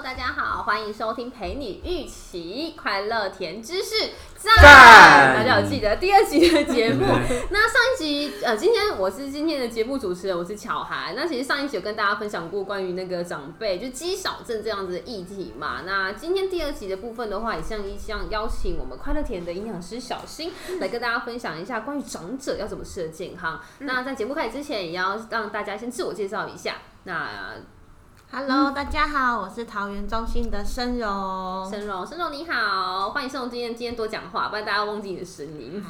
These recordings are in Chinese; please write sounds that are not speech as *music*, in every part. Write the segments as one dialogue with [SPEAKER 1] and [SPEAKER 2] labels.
[SPEAKER 1] 大家好，欢迎收听《陪你一起快乐甜知识》
[SPEAKER 2] 赞
[SPEAKER 1] 赞！大家有记得第二集的节目？那上一集呃，今天我是今天的节目主持人，我是巧涵。那其实上一集有跟大家分享过关于那个长辈就肌少症这样子的议题嘛。那今天第二集的部分的话，也像一向邀请我们快乐甜的营养师小新来跟大家分享一下关于长者要怎么吃的健康。那在节目开始之前，也要让大家先自我介绍一下。那嗯
[SPEAKER 3] Hello，、大家好，我是桃园中心的申
[SPEAKER 4] 哦
[SPEAKER 3] 荣。
[SPEAKER 1] 申荣，申荣你好，欢迎申荣今天今天多讲话，不然大家忘记你的声
[SPEAKER 4] *laughs*
[SPEAKER 1] 音。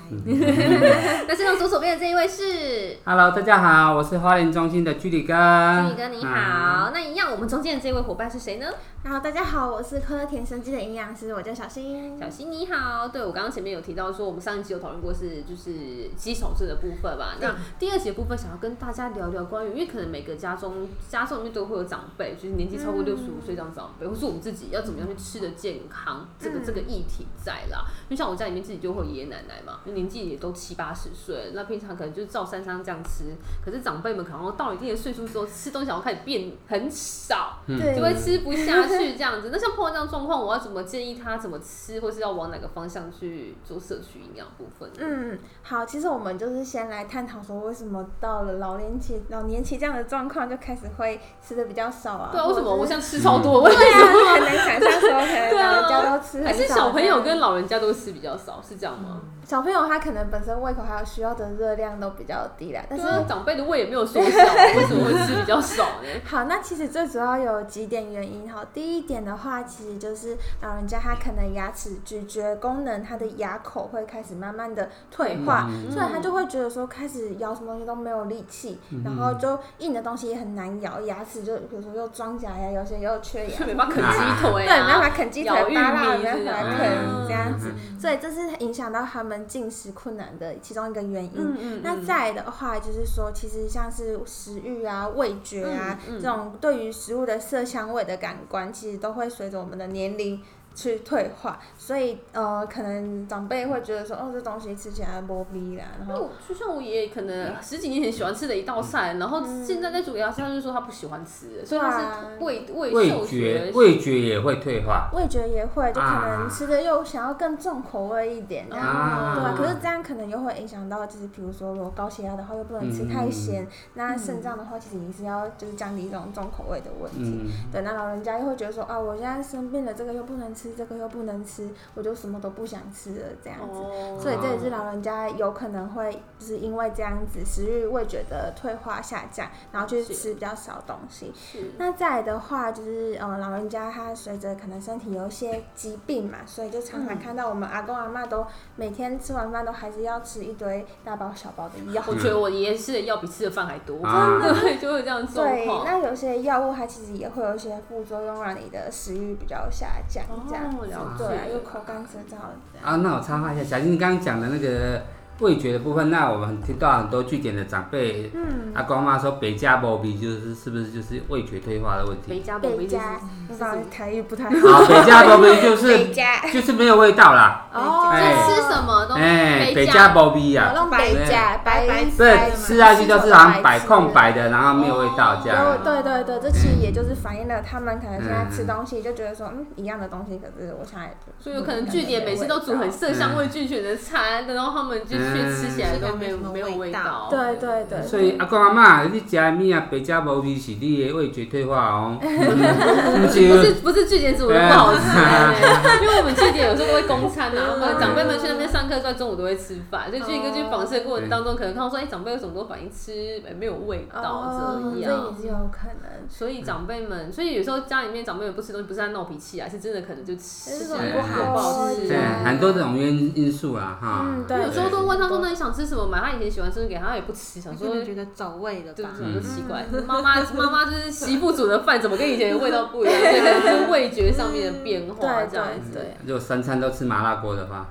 [SPEAKER 1] 那申荣左手边的这一位是
[SPEAKER 2] Hello，大家好，我是花莲中心的居里哥。
[SPEAKER 1] 俊
[SPEAKER 2] 居
[SPEAKER 1] 宇哥你
[SPEAKER 2] 啊、
[SPEAKER 1] 好，那一样我们中间的这位伙伴是谁呢？
[SPEAKER 3] 然后大家好，我是快乐田生机的营养师，我叫小
[SPEAKER 4] 嗯
[SPEAKER 3] 新。
[SPEAKER 1] 小新你好，对我刚刚前面有提到说，我们上一集有讨论过是就是肌少症的部分吧。那第二集的部分想要跟大家聊聊关于，因为可能每个家中家中里面都会有长辈，就是年纪超过六十五岁这样长辈，或是我们自己要怎么样去吃的健康，这个这个议题在啦。就像我家里面自己就会有爷爷奶奶嘛，就年纪也都七八十岁了，那平常可能就是照三餐这样吃，可是长辈们可能到了一定的岁数之后，吃东西好像开始变很少。
[SPEAKER 2] 嗯
[SPEAKER 1] 就会吃不下去这样子。那像碰到这样状况，我要怎么建议他怎么吃，或是要往哪个方向去做摄取营养部分？，
[SPEAKER 4] 嗯，好，其实我们就是先来探讨说，为什么到了老年期、老年期这样的状况，就开始会吃的比较少啊？
[SPEAKER 1] 对啊，为
[SPEAKER 4] 或者
[SPEAKER 1] 什么我
[SPEAKER 4] 是
[SPEAKER 1] 像吃超多？为什
[SPEAKER 4] 对
[SPEAKER 1] 么？
[SPEAKER 4] 啊，很难想象说，可能
[SPEAKER 1] 对啊
[SPEAKER 4] 老人家都吃很少。
[SPEAKER 1] *laughs* 还是小朋友跟老人家都吃比较少，是这样吗？
[SPEAKER 4] 小朋友他可能本身胃口还有需要的热量都比较低啦，但
[SPEAKER 1] 对
[SPEAKER 4] 是。
[SPEAKER 1] 啊，长辈的胃也没有缩小，啊为什么会吃比较少呢？
[SPEAKER 4] 好，那其实最主要有几点原因哈。第一点的话，其实就是老人家他可能牙齿咀嚼功能，他的牙口会开始慢慢的退化，
[SPEAKER 2] 嗯
[SPEAKER 4] 所以他就会觉得说开始咬什么东西都没有力气，然后就硬的东西也很难咬，牙齿就比如说又装假牙，有些又缺牙 *laughs*
[SPEAKER 1] 就，没办法啃鸡腿
[SPEAKER 4] 啊对，
[SPEAKER 1] 啊，
[SPEAKER 4] 没办法啃鸡腿、
[SPEAKER 1] 咬玉
[SPEAKER 4] 巴拉，
[SPEAKER 1] 米
[SPEAKER 4] 没办法
[SPEAKER 1] 是
[SPEAKER 4] 啃这样子
[SPEAKER 2] 嗯，
[SPEAKER 4] 所以这是影响到他们进食困难的其中一个原因。
[SPEAKER 1] 嗯
[SPEAKER 4] 那再来的话，就是说，其实像是食欲啊、味觉啊、
[SPEAKER 1] 嗯嗯
[SPEAKER 4] 这种对于食物的色香味的感官，其实都会随着我们的年龄。去退化，所以呃，可能长辈会觉得说，哦，这东西吃起来没味啦，然
[SPEAKER 1] 因为
[SPEAKER 4] 后
[SPEAKER 1] 我就像我爷爷可能十几年前喜欢吃的一道菜，然后现在在煮给他吃，他就说他不喜欢吃，所以他
[SPEAKER 4] 嗯对啊
[SPEAKER 1] 是胃胃嗅
[SPEAKER 2] 味
[SPEAKER 1] 觉
[SPEAKER 2] 觉味觉也会退化。
[SPEAKER 4] 味觉也会，就可
[SPEAKER 2] 啊
[SPEAKER 4] 能吃的又想要更重口味一点，这样、
[SPEAKER 2] 啊
[SPEAKER 4] 对吧？
[SPEAKER 1] 哦
[SPEAKER 4] 可是这样可能又会影响到，就是比如说如果高血压的话，又不能吃
[SPEAKER 2] 嗯
[SPEAKER 4] 太咸，那肾脏的话，其实也是要就是降低这种重口味的问题。
[SPEAKER 2] 嗯，
[SPEAKER 4] 对，那老人家又会觉得说啊，我现在生病了，这个又不能吃，这个又不能吃，我就什么都不想吃了这样子。
[SPEAKER 1] 哦
[SPEAKER 4] 所以这也是老人家有可能会就是因为这样子食欲味觉的退化下降，然后去
[SPEAKER 1] 是
[SPEAKER 4] 吃比较少东西。
[SPEAKER 1] 是
[SPEAKER 4] 那再来的话就是呃，老人家他随着可能身体有一些疾病嘛，所以就常
[SPEAKER 1] 嗯
[SPEAKER 4] 常看到我们阿公阿妈都每天吃完饭都还是要吃一堆大包小包的药。
[SPEAKER 1] 我觉得我爷爷吃的药比吃的饭还多，
[SPEAKER 2] 啊
[SPEAKER 1] 对，就会这样状
[SPEAKER 4] 对，
[SPEAKER 1] 况。
[SPEAKER 4] 那有些药物它其实也会有一些副作用，让你的食欲比较下降，这样
[SPEAKER 1] 哦
[SPEAKER 4] 子。
[SPEAKER 1] 了
[SPEAKER 4] 对啊，
[SPEAKER 1] 解
[SPEAKER 4] 又口干舌燥这样。
[SPEAKER 2] 啊，那我插话一下，小金刚刚讲的那个味觉的部分，那我们听到很多据点的长辈、
[SPEAKER 4] 嗯，
[SPEAKER 2] 阿公妈说北加波比就是是不是就是味觉退化的问
[SPEAKER 1] 北
[SPEAKER 2] 题？
[SPEAKER 1] 加伯
[SPEAKER 4] 北
[SPEAKER 1] 就是
[SPEAKER 4] 加，你把台语不
[SPEAKER 2] *laughs*
[SPEAKER 4] 太好。
[SPEAKER 2] 啊，北加波比就
[SPEAKER 4] *laughs* 北
[SPEAKER 2] 是
[SPEAKER 4] 加，
[SPEAKER 2] 就是没有味道啦。
[SPEAKER 1] 哦，
[SPEAKER 2] 哎
[SPEAKER 1] 这吃什么都
[SPEAKER 2] 哎，北加
[SPEAKER 1] 加
[SPEAKER 2] 波
[SPEAKER 4] 我
[SPEAKER 2] 比呀，
[SPEAKER 4] 弄北加白
[SPEAKER 3] 白白
[SPEAKER 2] 对，吃下去就是好像白空白的，然后没有味道这样
[SPEAKER 4] 有。对对对，这其实也就是反映了他们可能现在吃东西就觉得说，嗯，一样的东西，可是我想来，
[SPEAKER 1] 所以有可能据点每次都煮很色香味俱全的餐，然后他们就去吃起来都没有
[SPEAKER 3] 嗯
[SPEAKER 1] 没有味道。
[SPEAKER 4] 对对对，
[SPEAKER 2] 所
[SPEAKER 1] 嗯
[SPEAKER 2] 以阿公阿嬷，你食的物啊，白加无味是你的味觉退化哦， *laughs* 不
[SPEAKER 1] 不
[SPEAKER 2] 是 *laughs*
[SPEAKER 1] 是不是据点煮的不好吃，哎因为我们据点有时候都会供餐啊，我们长辈们去那边上课之后，中午都会吃饭，所以据哥去访视过程当中，可能看到说，哎，长辈为什么都反映吃哎没有味道
[SPEAKER 4] 哦，
[SPEAKER 1] 这样
[SPEAKER 4] 这。也是有可能。
[SPEAKER 1] 所以长辈
[SPEAKER 4] 嗯
[SPEAKER 1] 们，所以有时候家里面长辈们不吃东西，不是在闹脾气啊，是真的可能就吃起来不好吃。
[SPEAKER 4] 哎对
[SPEAKER 2] 对，很多这种因因素啦，哈。
[SPEAKER 4] 嗯，对。
[SPEAKER 1] 有时候都问他说：“那你想吃什么？”买他以前喜欢吃的给他，他也不吃，想
[SPEAKER 3] 我
[SPEAKER 1] 说
[SPEAKER 3] 真的觉得走味了
[SPEAKER 1] 对
[SPEAKER 3] 吧
[SPEAKER 1] 不？
[SPEAKER 4] 嗯
[SPEAKER 1] 对？就奇怪，妈妈妈妈就是媳妇煮的饭，怎么跟以前的味道不一样？所以可能就是味觉上面的变化
[SPEAKER 4] 对
[SPEAKER 1] 这样
[SPEAKER 4] 对
[SPEAKER 1] 子。
[SPEAKER 4] 对，
[SPEAKER 2] 如果三餐都吃麻辣锅的话，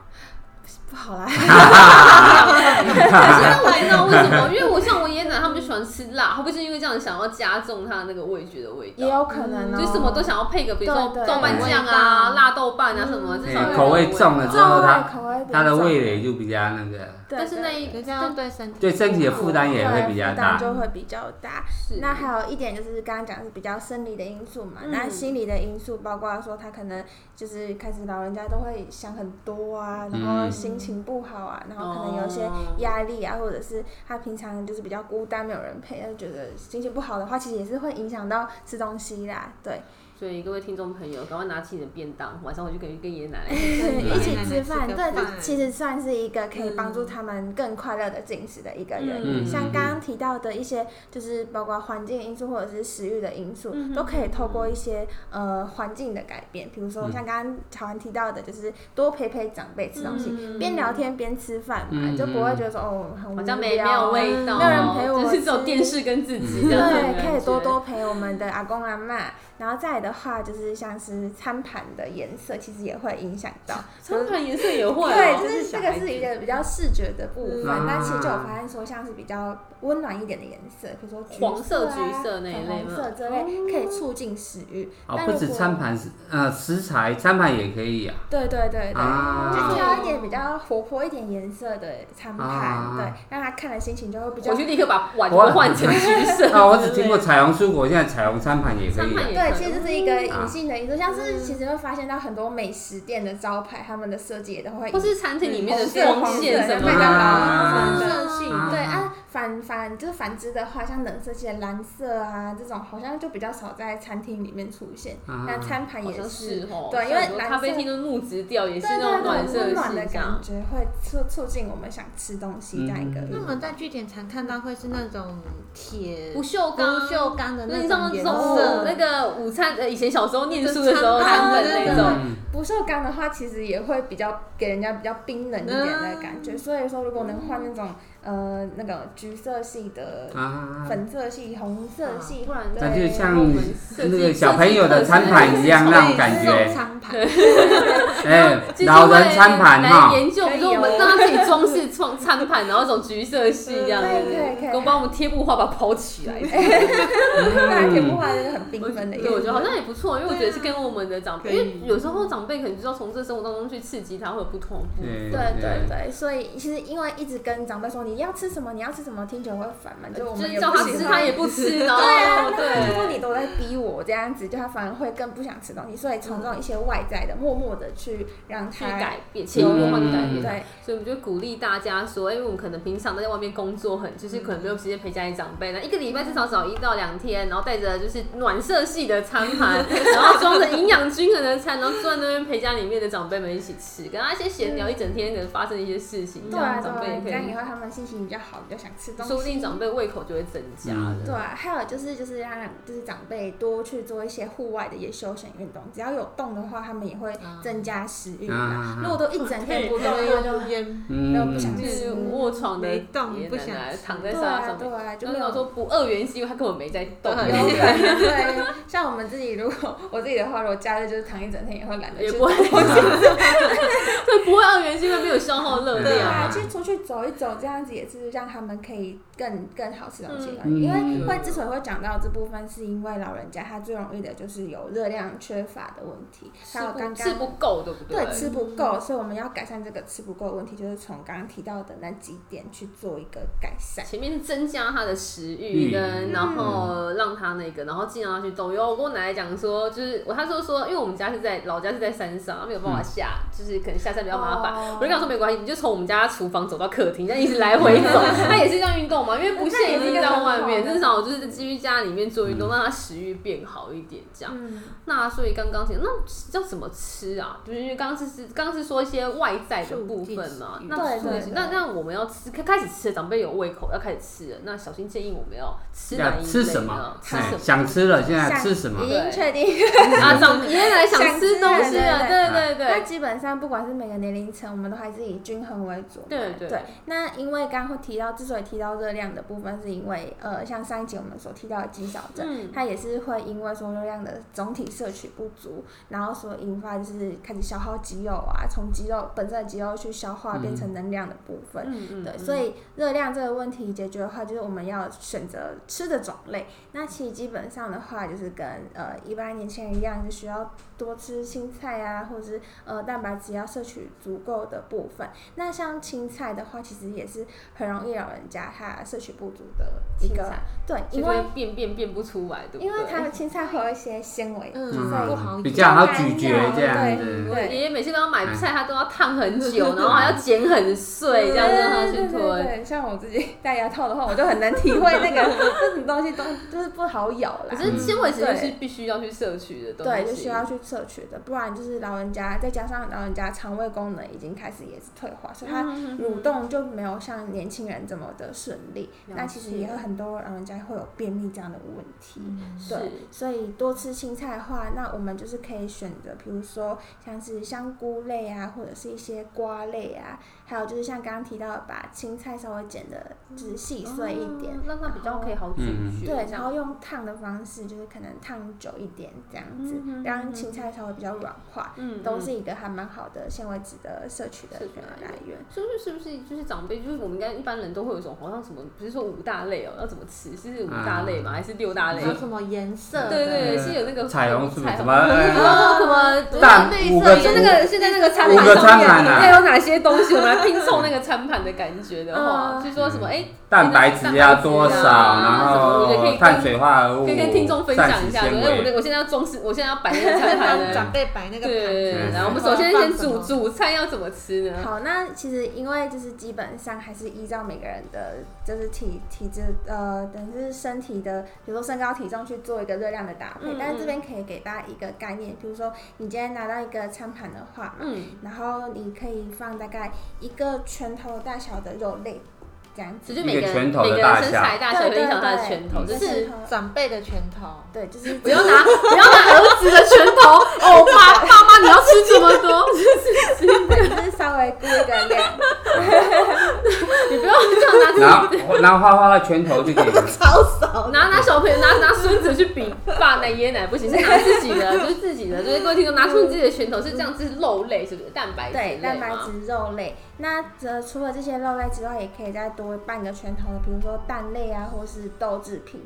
[SPEAKER 4] 不好啦。
[SPEAKER 1] 哎可是那我知道为什么，因为我像我爷爷奶奶他他们就喜欢吃辣，会不会是因为这样想要加重它的那个味觉的味
[SPEAKER 4] 也
[SPEAKER 1] 道？
[SPEAKER 4] 有可能哦。
[SPEAKER 1] 就是什么都想要配个，比如说
[SPEAKER 4] 对对
[SPEAKER 1] 豆瓣酱啊、辣豆瓣啊什么，至少有
[SPEAKER 2] 哎口味重了之后，
[SPEAKER 4] 重
[SPEAKER 2] 它
[SPEAKER 4] 口味比较
[SPEAKER 2] 它的味
[SPEAKER 4] 重，
[SPEAKER 2] 蕾就比较那个，
[SPEAKER 4] 对
[SPEAKER 1] 但是那
[SPEAKER 4] 对
[SPEAKER 1] 一
[SPEAKER 3] 就这样对身体
[SPEAKER 2] 对身体的负担也会比较
[SPEAKER 4] 负担
[SPEAKER 2] 大。
[SPEAKER 4] 就会比较大。
[SPEAKER 1] 是
[SPEAKER 4] 那还有一点就是刚刚讲的是比较生理的因素嘛，
[SPEAKER 1] 嗯
[SPEAKER 4] 那心理的因素包括说他可能就是开始老人家都会想很多啊，然后
[SPEAKER 2] 嗯
[SPEAKER 4] 心情不好啊，然后可能有一些
[SPEAKER 1] 哦
[SPEAKER 4] 压力啊，或者是他平常就是比较孤单，没有人陪，他就觉得心情不好的话，其实也是会影响到吃东西啦，对，
[SPEAKER 1] 所以各位听众朋友，赶快拿起你的便当，晚上回去跟跟爷爷奶奶
[SPEAKER 4] 嗯一起吃饭，
[SPEAKER 3] 对
[SPEAKER 4] 对，其实算是一个可以帮助
[SPEAKER 1] 嗯
[SPEAKER 4] 他们更快乐的进食的一个原因。
[SPEAKER 2] 嗯
[SPEAKER 4] 像刚刚提到的一些，就是包括环境因素或者是食欲的因素，
[SPEAKER 1] 嗯
[SPEAKER 4] 都可以透过一些呃环境的改变，比如
[SPEAKER 2] 嗯
[SPEAKER 4] 说像刚刚乔安提到的，就是多陪陪长辈吃东西，边聊天边吃饭嘛，
[SPEAKER 2] 嗯
[SPEAKER 4] 就不会觉得说哦很
[SPEAKER 1] 嗯
[SPEAKER 4] 无
[SPEAKER 1] 好
[SPEAKER 4] 聊
[SPEAKER 1] 像没没有
[SPEAKER 4] 啊
[SPEAKER 1] 味道，哦
[SPEAKER 4] 没有人陪我
[SPEAKER 1] 就是只有
[SPEAKER 4] 吃
[SPEAKER 1] 电视跟自己这样子的
[SPEAKER 4] 对，
[SPEAKER 1] 感
[SPEAKER 4] 可以多
[SPEAKER 1] 觉
[SPEAKER 4] 多陪我们的阿公阿妈。然后再来的话，就是像是餐盘的颜色，其实也会影响到。
[SPEAKER 1] 餐盘颜色也会、
[SPEAKER 4] 对，
[SPEAKER 1] 哦，
[SPEAKER 4] 就
[SPEAKER 3] 这
[SPEAKER 4] 是
[SPEAKER 3] 是小
[SPEAKER 4] 这个
[SPEAKER 3] 孩
[SPEAKER 4] 是
[SPEAKER 3] 子
[SPEAKER 4] 一个比较视觉的部分，
[SPEAKER 2] 嗯
[SPEAKER 4] 但其实就有发现说，像是比较温暖一点的颜色，比如说橘
[SPEAKER 1] 黄色
[SPEAKER 4] 啊
[SPEAKER 1] 橘色那一类
[SPEAKER 4] 粉红
[SPEAKER 1] 吗
[SPEAKER 4] 色这类，可以促进食欲。
[SPEAKER 2] 哦，
[SPEAKER 4] 但
[SPEAKER 2] 不
[SPEAKER 4] 如
[SPEAKER 2] 止
[SPEAKER 4] 果
[SPEAKER 2] 餐盘，呃，食材餐盘也可以啊。
[SPEAKER 4] 对对对对，
[SPEAKER 2] 啊
[SPEAKER 4] 就是要一点比较活泼一点颜色的餐
[SPEAKER 2] 啊
[SPEAKER 4] 盘，对，让他看了心情就会比较
[SPEAKER 1] 啊我。就立刻把碗
[SPEAKER 2] 我。
[SPEAKER 1] 都换成橘色
[SPEAKER 2] *laughs* 啊，我只听过彩虹蔬果，现在彩虹餐盘也可
[SPEAKER 1] 餐
[SPEAKER 2] 以
[SPEAKER 1] 盘
[SPEAKER 2] 啊。
[SPEAKER 1] 也
[SPEAKER 4] 对，
[SPEAKER 1] 可
[SPEAKER 4] 其
[SPEAKER 1] 以
[SPEAKER 4] 实这是一个
[SPEAKER 2] 嗯
[SPEAKER 4] 隐性的因素，像是其实会发现到很多美食店的招牌，他们的设计也都会
[SPEAKER 1] 或是餐厅里面的
[SPEAKER 4] 红色
[SPEAKER 1] 光线什么
[SPEAKER 4] 麦
[SPEAKER 1] 的，
[SPEAKER 4] 当劳什
[SPEAKER 2] 啊
[SPEAKER 4] 么的
[SPEAKER 3] 色系
[SPEAKER 2] 啊
[SPEAKER 4] 对啊，反反就是反之的话，像冷色系的蓝色啊这种，好像就比较少在餐厅里面出现。
[SPEAKER 2] 啊
[SPEAKER 4] 那餐盘
[SPEAKER 1] 好
[SPEAKER 4] 也
[SPEAKER 1] 像是哦。
[SPEAKER 4] 对因
[SPEAKER 1] 像
[SPEAKER 4] 为
[SPEAKER 1] 很多
[SPEAKER 4] 蓝
[SPEAKER 1] 咖啡
[SPEAKER 4] 色
[SPEAKER 1] 厅的木质调也
[SPEAKER 4] 对
[SPEAKER 1] 是那种暖
[SPEAKER 4] 对对，
[SPEAKER 1] 色
[SPEAKER 4] 温暖
[SPEAKER 1] 系
[SPEAKER 4] 的
[SPEAKER 1] 这
[SPEAKER 4] 感
[SPEAKER 1] 样。
[SPEAKER 4] 觉会促促进我们想吃东西这样一个。
[SPEAKER 2] 嗯
[SPEAKER 3] 那我们在据点常看到会是那种铁
[SPEAKER 1] 不锈钢，
[SPEAKER 3] 不锈钢的
[SPEAKER 1] 那
[SPEAKER 3] 那
[SPEAKER 1] 你像
[SPEAKER 3] 种
[SPEAKER 1] 中
[SPEAKER 3] 颜
[SPEAKER 1] 午
[SPEAKER 3] 色，
[SPEAKER 1] 那个
[SPEAKER 4] 嗯
[SPEAKER 1] 午餐，呃，以前小时候念书的时候
[SPEAKER 3] 就餐
[SPEAKER 1] 餐
[SPEAKER 3] 盘
[SPEAKER 1] 本那
[SPEAKER 3] 对
[SPEAKER 1] 种，
[SPEAKER 2] 嗯，
[SPEAKER 4] 不锈钢的话，其实也会比较给人家比较冰冷一点的感
[SPEAKER 1] 嗯
[SPEAKER 4] 觉。所以说，如果能换那种呃那个橘色系的、
[SPEAKER 2] 啊，
[SPEAKER 4] 粉色系、红色系，
[SPEAKER 1] 啊不然
[SPEAKER 2] 那
[SPEAKER 4] 对
[SPEAKER 2] 就像
[SPEAKER 1] 我们设计
[SPEAKER 2] 那个小朋友的餐盘一样
[SPEAKER 3] 所以
[SPEAKER 2] 那种感
[SPEAKER 3] 是
[SPEAKER 2] 觉。
[SPEAKER 3] 餐盘，
[SPEAKER 2] *laughs* 哎
[SPEAKER 1] 基，金
[SPEAKER 2] 老人
[SPEAKER 1] 会
[SPEAKER 2] 餐盘哈
[SPEAKER 1] 来，研究，比如说我们让他自己装饰创餐盘，然后走橘色系这样子
[SPEAKER 4] 可以可以可以，
[SPEAKER 1] 我帮我们贴布画把它包起来。
[SPEAKER 4] 大家可以不画就是很
[SPEAKER 1] 嗯我
[SPEAKER 4] 缤
[SPEAKER 1] 觉
[SPEAKER 4] 纷
[SPEAKER 1] 得
[SPEAKER 4] 的一
[SPEAKER 1] 对，
[SPEAKER 4] 个。
[SPEAKER 1] 我觉得好像也不错，因为我觉得是跟我们的长辈，
[SPEAKER 3] 对
[SPEAKER 1] 因为有时候长辈可能就是要从这生活当中去刺激他，会有不同的部分。
[SPEAKER 2] 对
[SPEAKER 4] 对对对，所以其实因为一直跟长辈说你要吃什么，你要吃什么，听久了会烦嘛，就我们
[SPEAKER 1] 就
[SPEAKER 4] 也
[SPEAKER 1] 是叫他
[SPEAKER 4] 不喜
[SPEAKER 1] 吃，
[SPEAKER 4] 欢
[SPEAKER 1] 他也不吃，然后
[SPEAKER 4] 对啊，那如
[SPEAKER 1] 对
[SPEAKER 4] 果你都在逼我这样子，就他反而会更不想吃东西，所以从这种一些外在的，默默的去让
[SPEAKER 1] 去
[SPEAKER 4] 他
[SPEAKER 1] 改变，潜移默化去改变。
[SPEAKER 4] 对
[SPEAKER 1] 所以我们就鼓励大家说，哎因为我们可能平常都在外面工作很，就是可能
[SPEAKER 4] 嗯
[SPEAKER 1] 没有时间陪家里长辈，那一个礼拜至少找一到两天，然后带着就是暖色系的餐
[SPEAKER 4] *laughs*
[SPEAKER 1] 盘，然后装着营养均衡的餐，然后坐在那边陪家里面的长辈们一起吃，跟他一些闲聊一整天可能发生的一些事情，这
[SPEAKER 4] 对啊
[SPEAKER 1] 样
[SPEAKER 4] 对
[SPEAKER 1] 嗯长辈
[SPEAKER 4] 啊
[SPEAKER 1] 也，可
[SPEAKER 4] 这样以
[SPEAKER 1] 以，
[SPEAKER 4] 后他们心情比较好，比较想吃东西。
[SPEAKER 1] 说不定长辈胃口就会增加
[SPEAKER 2] 嗯
[SPEAKER 4] 对
[SPEAKER 1] 的。
[SPEAKER 4] 啊，还有就是就是让就是长辈多去做一些户外的一些休闲运动，只要有动的话，他们也会
[SPEAKER 1] 啊
[SPEAKER 4] 增加食欲啦。
[SPEAKER 2] 嗯
[SPEAKER 4] 如果都一整天不动的话，就
[SPEAKER 3] 又烟
[SPEAKER 2] *laughs*
[SPEAKER 4] 那我不想
[SPEAKER 2] 嗯，
[SPEAKER 1] 就是卧床的
[SPEAKER 3] 没动
[SPEAKER 1] 爷爷
[SPEAKER 3] 不
[SPEAKER 1] 奶
[SPEAKER 3] 想
[SPEAKER 1] 奶
[SPEAKER 3] 吃
[SPEAKER 1] 躺在沙
[SPEAKER 4] 对
[SPEAKER 1] 发
[SPEAKER 4] 啊
[SPEAKER 1] 上面
[SPEAKER 4] 对啊，
[SPEAKER 1] 就
[SPEAKER 4] 就没
[SPEAKER 1] 没有
[SPEAKER 4] 有
[SPEAKER 1] 说不二元是因为他根本没在动，
[SPEAKER 3] 对
[SPEAKER 4] 有可
[SPEAKER 1] *laughs*
[SPEAKER 4] 能对，啊像我们自己，如果我自己的话，如果假日就是躺一整天，也会懒得
[SPEAKER 1] 也
[SPEAKER 4] 去
[SPEAKER 1] 不会， *laughs* 对，不会二元是因为没有消耗热
[SPEAKER 4] 对
[SPEAKER 1] 量。
[SPEAKER 4] 啊，
[SPEAKER 2] 嗯
[SPEAKER 4] 去出去走一走，这样子也是让他们可以更更好吃东西的。
[SPEAKER 2] 嗯
[SPEAKER 4] 因
[SPEAKER 2] 嗯
[SPEAKER 4] 为会之所以会讲到这部分，是因为老人家他最容易的就是有热量缺乏的问题，还
[SPEAKER 1] 吃
[SPEAKER 4] 有
[SPEAKER 1] 不
[SPEAKER 4] 刚
[SPEAKER 1] 吃
[SPEAKER 4] 刚。
[SPEAKER 1] 不够，对不
[SPEAKER 4] 对，吃不够，所以我们要改善这个吃不够的问题，就是从刚刚提到的那几点去做一个改善。
[SPEAKER 1] 前面是增加他的食欲，
[SPEAKER 2] 嗯
[SPEAKER 1] 跟然后让他那个，然后尽量他去动。因为我跟我奶奶讲说，就是我她说说，因为我们家是在老家是在山上，她没有办法下，就是可能下山比较麻烦。
[SPEAKER 4] 哦
[SPEAKER 1] 我就跟她说没关系，你就从我们家厨房走到客厅，这样一直来回
[SPEAKER 4] *laughs*
[SPEAKER 1] 走，她也是这样运动嘛，因为不限于在外面，
[SPEAKER 4] 那也是一个
[SPEAKER 1] 至
[SPEAKER 4] 很好的
[SPEAKER 1] 少就是基于家里面做运动，让她食欲变好一点这样。
[SPEAKER 4] 嗯，
[SPEAKER 1] 那所以刚刚讲，那要怎么吃啊？就是因为刚刚是是刚刚是说一些外在的部分嘛
[SPEAKER 3] 促进食欲。
[SPEAKER 1] 那促
[SPEAKER 4] 对对
[SPEAKER 1] 进
[SPEAKER 4] 对
[SPEAKER 1] 那那我们要吃，开开始吃了，长辈有胃口要开始吃了。那小新建议我们要吃哪一类
[SPEAKER 2] 要
[SPEAKER 1] 呢？啊
[SPEAKER 2] 吃什么？
[SPEAKER 1] 吃
[SPEAKER 2] 哎，
[SPEAKER 1] 什么？
[SPEAKER 2] 想吃了，现在
[SPEAKER 4] 像
[SPEAKER 2] 吃什么
[SPEAKER 4] 已？
[SPEAKER 1] 对
[SPEAKER 4] 经确定
[SPEAKER 1] 啊，长爷爷奶奶想吃东西啊了，
[SPEAKER 4] 想吃
[SPEAKER 1] 对
[SPEAKER 2] 对
[SPEAKER 1] 对
[SPEAKER 4] 那
[SPEAKER 1] 对
[SPEAKER 4] 基本上不管是每个年龄层，我们都还是以均衡为主嘛。
[SPEAKER 1] 对对
[SPEAKER 4] 那因为刚刚会提到，之所以提到热量的部分，是因为呃，像上一集我们所提到的肌少症，
[SPEAKER 1] 嗯
[SPEAKER 4] 它也是会因为说热量的总体摄取不足，然后所引发就是开始消耗肌肉啊，从肌肉本身的肌肉去消化
[SPEAKER 2] 嗯
[SPEAKER 4] 变成能量的部分。
[SPEAKER 1] 嗯嗯，
[SPEAKER 4] 对，
[SPEAKER 1] 嗯
[SPEAKER 4] 所以热量这个问题解决的话，就是我们要选择吃的种类。那其实基本上的话，就是跟呃一般年轻人一样，就需要多吃青菜啊，或者是呃蛋白质要摄取足够的部分。那像青菜的话，其实也是很容易老人家他摄取不足的一
[SPEAKER 1] 青
[SPEAKER 4] 个
[SPEAKER 1] 菜
[SPEAKER 4] 对，
[SPEAKER 1] 其
[SPEAKER 4] 因
[SPEAKER 1] 实
[SPEAKER 4] 为
[SPEAKER 1] 会变变变不出来，对不对？
[SPEAKER 4] 因为它的青菜会有一些纤维，
[SPEAKER 3] 嗯
[SPEAKER 4] 所
[SPEAKER 3] 不
[SPEAKER 4] 以
[SPEAKER 3] 好
[SPEAKER 2] 嗯，比较好
[SPEAKER 4] 咬
[SPEAKER 2] 咀嚼这样子。
[SPEAKER 1] 我
[SPEAKER 4] 对嗯
[SPEAKER 1] 爷爷每次都要买菜，他都要烫很久，然后还要剪很碎，这样让他去
[SPEAKER 4] 对对
[SPEAKER 1] 吞。
[SPEAKER 4] 对，像我自己戴牙套的话，我就很难体会那个 *laughs* 这种东西都就是不好咬啦。
[SPEAKER 1] 可是纤维其实
[SPEAKER 4] 嗯对
[SPEAKER 1] 是必须要去摄取的东西，
[SPEAKER 4] 对，就需要去摄取的，不然就是老人家，再加上老人家肠胃功能已经开始也是退化，所以他
[SPEAKER 1] 嗯
[SPEAKER 4] 蠕动就没有像年轻人这么的顺利。
[SPEAKER 1] 了
[SPEAKER 4] 那其实
[SPEAKER 1] 解嗯
[SPEAKER 4] 也有很多老人家会有便秘这样的问题。对
[SPEAKER 1] 是，
[SPEAKER 4] 所以多吃青菜的话，那我们就是可以选择，比如说像是香菇类啊，或者是一些瓜类啊，还有就是像刚刚提到的，把青菜稍微剪的，就是细碎一点，
[SPEAKER 1] 哦让它比较可以好
[SPEAKER 2] 嗯
[SPEAKER 1] 咀嚼。
[SPEAKER 4] 对，
[SPEAKER 1] 这
[SPEAKER 4] 然
[SPEAKER 1] 样
[SPEAKER 4] 后用烫的方式，就是可能烫久一点这样子
[SPEAKER 1] 嗯哼，嗯
[SPEAKER 4] 让
[SPEAKER 1] 哼
[SPEAKER 4] 青菜稍微比较软化，
[SPEAKER 1] 嗯
[SPEAKER 4] 都
[SPEAKER 1] 嗯
[SPEAKER 4] 是一个还蛮好的纤维质的摄取的
[SPEAKER 1] 摄取来
[SPEAKER 4] 来源。
[SPEAKER 1] 所以就是不是就是长辈，就是我们应该一般人都会有一种好像什么，不是说五大类哦，要怎么吃？是五大类吗？还是六大类？
[SPEAKER 3] 有什么颜色？
[SPEAKER 1] 对对对，
[SPEAKER 2] 嗯
[SPEAKER 1] 是有那个
[SPEAKER 2] 彩虹是不是
[SPEAKER 1] 彩
[SPEAKER 2] 什
[SPEAKER 1] 虹
[SPEAKER 2] 么？哎
[SPEAKER 1] 哦，什么
[SPEAKER 2] 蛋
[SPEAKER 3] 类
[SPEAKER 2] 五
[SPEAKER 3] 似
[SPEAKER 2] 个
[SPEAKER 3] 就
[SPEAKER 1] 就
[SPEAKER 3] 那
[SPEAKER 1] 那个现在那个餐
[SPEAKER 2] 五
[SPEAKER 1] 盘
[SPEAKER 2] 个
[SPEAKER 1] 上
[SPEAKER 2] 餐
[SPEAKER 1] 面
[SPEAKER 2] 盘啊，
[SPEAKER 1] 要有哪些东西，我们来拼凑那个餐盘的感觉的话，
[SPEAKER 4] 嗯
[SPEAKER 1] 就说什么哎，
[SPEAKER 2] 蛋白质要多
[SPEAKER 1] 蛋
[SPEAKER 2] 少，
[SPEAKER 1] 白质啊
[SPEAKER 2] 然
[SPEAKER 1] 什么我觉得可以
[SPEAKER 2] 后
[SPEAKER 1] 跟
[SPEAKER 2] 碳水化合物，
[SPEAKER 1] 可以跟听众分享一下，
[SPEAKER 2] 膳食
[SPEAKER 1] 因
[SPEAKER 2] 纤
[SPEAKER 1] 为我
[SPEAKER 2] 维
[SPEAKER 1] 那我现在要装饰，我现在要摆那个餐盘
[SPEAKER 3] 帮
[SPEAKER 1] 呢。
[SPEAKER 3] 长辈摆那个盘
[SPEAKER 1] 对
[SPEAKER 3] 子。
[SPEAKER 1] 对，
[SPEAKER 2] 嗯
[SPEAKER 1] 然后我们首先先煮
[SPEAKER 3] 放什
[SPEAKER 1] 煮菜要怎么吃呢？
[SPEAKER 4] 好，那其实因为就是基本上还是依照每个人的就是体体质呃，等于是身体的，比如说身高体重去做一个热量的搭配。
[SPEAKER 1] 嗯
[SPEAKER 4] 但是这
[SPEAKER 1] 嗯
[SPEAKER 4] 边可以给大家一个概念，比如说你今天拿到一个餐盘的话，
[SPEAKER 1] 嗯，
[SPEAKER 4] 然后你可以放大概一个拳头大小的肉类这样子
[SPEAKER 1] 所以。就每个
[SPEAKER 2] 一个
[SPEAKER 1] 人
[SPEAKER 2] 拳头的
[SPEAKER 1] 每个人身材大小
[SPEAKER 4] 大小
[SPEAKER 1] 会影响他的
[SPEAKER 4] 对对对
[SPEAKER 1] 拳头，这
[SPEAKER 4] 对
[SPEAKER 1] 是
[SPEAKER 3] 是长辈的拳头，
[SPEAKER 4] 对，就是
[SPEAKER 1] 不要拿不要拿儿子的拳
[SPEAKER 4] *laughs*
[SPEAKER 1] 头哦，爸爸妈你要吃这么多，
[SPEAKER 4] 对，就是稍微估一个量，
[SPEAKER 1] 你不要这样拿
[SPEAKER 2] *laughs* 然后然后花花的拳头就可以，
[SPEAKER 1] *laughs*
[SPEAKER 3] 超少。
[SPEAKER 1] 拿拿小朋友拿拿孙子去比爸奶爷爷奶不行，是拿自己的，就是自己的，就是各位听众拿出你自己的拳头，是这样子肉类是不是蛋白质类
[SPEAKER 4] 对，
[SPEAKER 1] 吗
[SPEAKER 4] 蛋白质、肉类。那呃，除了这些肉类之外，也可以再多半个拳头的，比如说蛋类啊，或是豆制品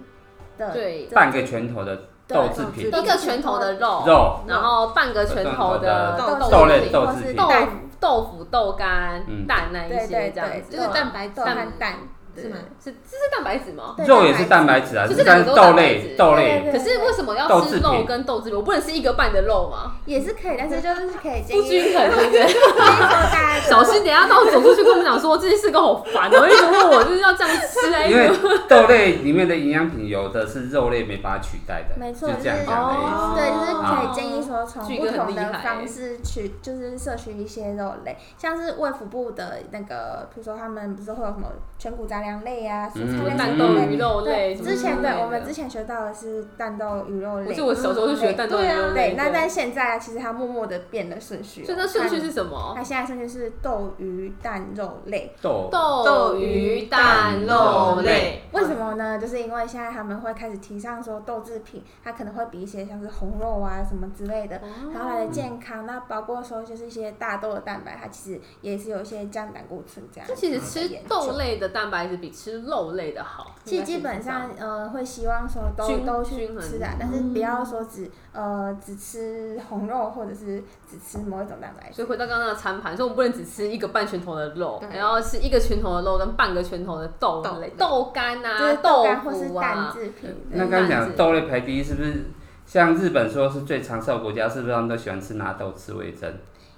[SPEAKER 4] 的。
[SPEAKER 1] 对
[SPEAKER 4] 这
[SPEAKER 2] 半个拳头的豆制品
[SPEAKER 1] 一个拳头的肉，
[SPEAKER 2] 肉，
[SPEAKER 1] 然后半个拳头的
[SPEAKER 3] 豆
[SPEAKER 1] 豆
[SPEAKER 2] 豆类
[SPEAKER 1] 豆
[SPEAKER 2] 豆
[SPEAKER 4] 或
[SPEAKER 2] 制
[SPEAKER 4] 是
[SPEAKER 2] 品
[SPEAKER 1] 豆
[SPEAKER 4] 蛋，
[SPEAKER 1] 豆腐、豆干、
[SPEAKER 2] 嗯
[SPEAKER 1] 蛋那一
[SPEAKER 4] 对
[SPEAKER 1] 些
[SPEAKER 4] 对
[SPEAKER 1] 这样
[SPEAKER 4] 对，
[SPEAKER 1] 子，
[SPEAKER 4] 这
[SPEAKER 3] 就是
[SPEAKER 4] 个
[SPEAKER 3] 蛋白
[SPEAKER 4] 豆
[SPEAKER 3] 豆
[SPEAKER 4] 和蛋
[SPEAKER 3] 是吗？
[SPEAKER 1] 是这是蛋白质吗？
[SPEAKER 4] 对
[SPEAKER 2] 肉也是蛋白质啊，
[SPEAKER 1] 就
[SPEAKER 2] 只
[SPEAKER 1] 是
[SPEAKER 2] 是
[SPEAKER 1] 两个
[SPEAKER 2] 但
[SPEAKER 1] 都
[SPEAKER 2] 豆
[SPEAKER 1] 蛋白质
[SPEAKER 2] 类豆类
[SPEAKER 4] 对
[SPEAKER 1] 可是为什么要
[SPEAKER 2] 豆
[SPEAKER 1] 吃
[SPEAKER 2] 制
[SPEAKER 1] 肉
[SPEAKER 2] 品
[SPEAKER 1] 跟豆制品？我不能吃一个半的肉吗？
[SPEAKER 4] 也是可以，但是就是可以建
[SPEAKER 1] 不
[SPEAKER 4] 议
[SPEAKER 1] 均衡，对不对？
[SPEAKER 4] *laughs* 大家
[SPEAKER 1] 小心，等一下到时候走出去跟我们讲说这件事个好烦哦，一直问我就是要这样吃哎。
[SPEAKER 2] *laughs* 因为豆类里面的营养品有的是肉类没法取代的，
[SPEAKER 4] 没错，
[SPEAKER 2] 就
[SPEAKER 4] 就是
[SPEAKER 2] 这样讲的意思。
[SPEAKER 1] 哦
[SPEAKER 4] 对，就是可以建议说从
[SPEAKER 1] 巨
[SPEAKER 4] 不
[SPEAKER 1] 哥很
[SPEAKER 4] 同
[SPEAKER 1] 厉
[SPEAKER 4] 的
[SPEAKER 1] 害欸
[SPEAKER 4] 方式去，就是摄取一些肉类，像是卫福部的那个，比如说他们不是会有什么全谷杂粮类啊、蔬
[SPEAKER 2] 嗯
[SPEAKER 4] 菜类、
[SPEAKER 1] 蛋
[SPEAKER 4] 什
[SPEAKER 1] 豆
[SPEAKER 4] 么
[SPEAKER 1] 鱼
[SPEAKER 4] 类。
[SPEAKER 1] 肉类
[SPEAKER 4] 对，
[SPEAKER 1] 什么
[SPEAKER 4] 之前
[SPEAKER 1] 之类
[SPEAKER 4] 对
[SPEAKER 1] 的
[SPEAKER 4] 我们之前学到的是蛋豆鱼肉类，嗯
[SPEAKER 1] 我记得我小时候就学蛋豆鱼肉类
[SPEAKER 4] 对，
[SPEAKER 1] 的
[SPEAKER 4] 那但现在啊，其实它默默的变了顺序哦。
[SPEAKER 1] 所以那顺序
[SPEAKER 4] 它
[SPEAKER 1] 是什么？
[SPEAKER 4] 它现在顺序是豆鱼蛋肉类，
[SPEAKER 2] 豆
[SPEAKER 1] 豆鱼蛋肉类，
[SPEAKER 2] 嗯
[SPEAKER 4] 为什么呢？就是因为现在他们会开始提倡说豆制品，它可能会比一些像是红肉啊什么之类的，然后来的健康。那包括说就是一些大豆的蛋白，它其实也是有一些降胆固醇这样
[SPEAKER 1] 就
[SPEAKER 4] 子。
[SPEAKER 1] 其实吃豆类的蛋白质比吃肉类的好。
[SPEAKER 4] 其实基
[SPEAKER 1] 应该
[SPEAKER 4] 本
[SPEAKER 1] 是这样
[SPEAKER 4] 上，呃，会希望说都
[SPEAKER 1] 均
[SPEAKER 4] 都去
[SPEAKER 1] 均衡
[SPEAKER 4] 吃啊，但是不要说只呃只吃红肉，或者是只吃某一种蛋白质。
[SPEAKER 1] 所以回到刚刚的餐盘，所以我们不能只吃一个半拳头的肉
[SPEAKER 3] 对，
[SPEAKER 1] 然后吃一个拳头的肉跟半个拳头的豆类、豆干
[SPEAKER 4] 就
[SPEAKER 1] 啊
[SPEAKER 4] 是、豆干或是
[SPEAKER 1] 腐
[SPEAKER 4] 蛋
[SPEAKER 1] 啊。
[SPEAKER 4] 制品。对
[SPEAKER 2] 那刚刚讲豆类排第一，是不是像日本说是最长寿国家，是不是他们都喜欢吃纳豆吃味增？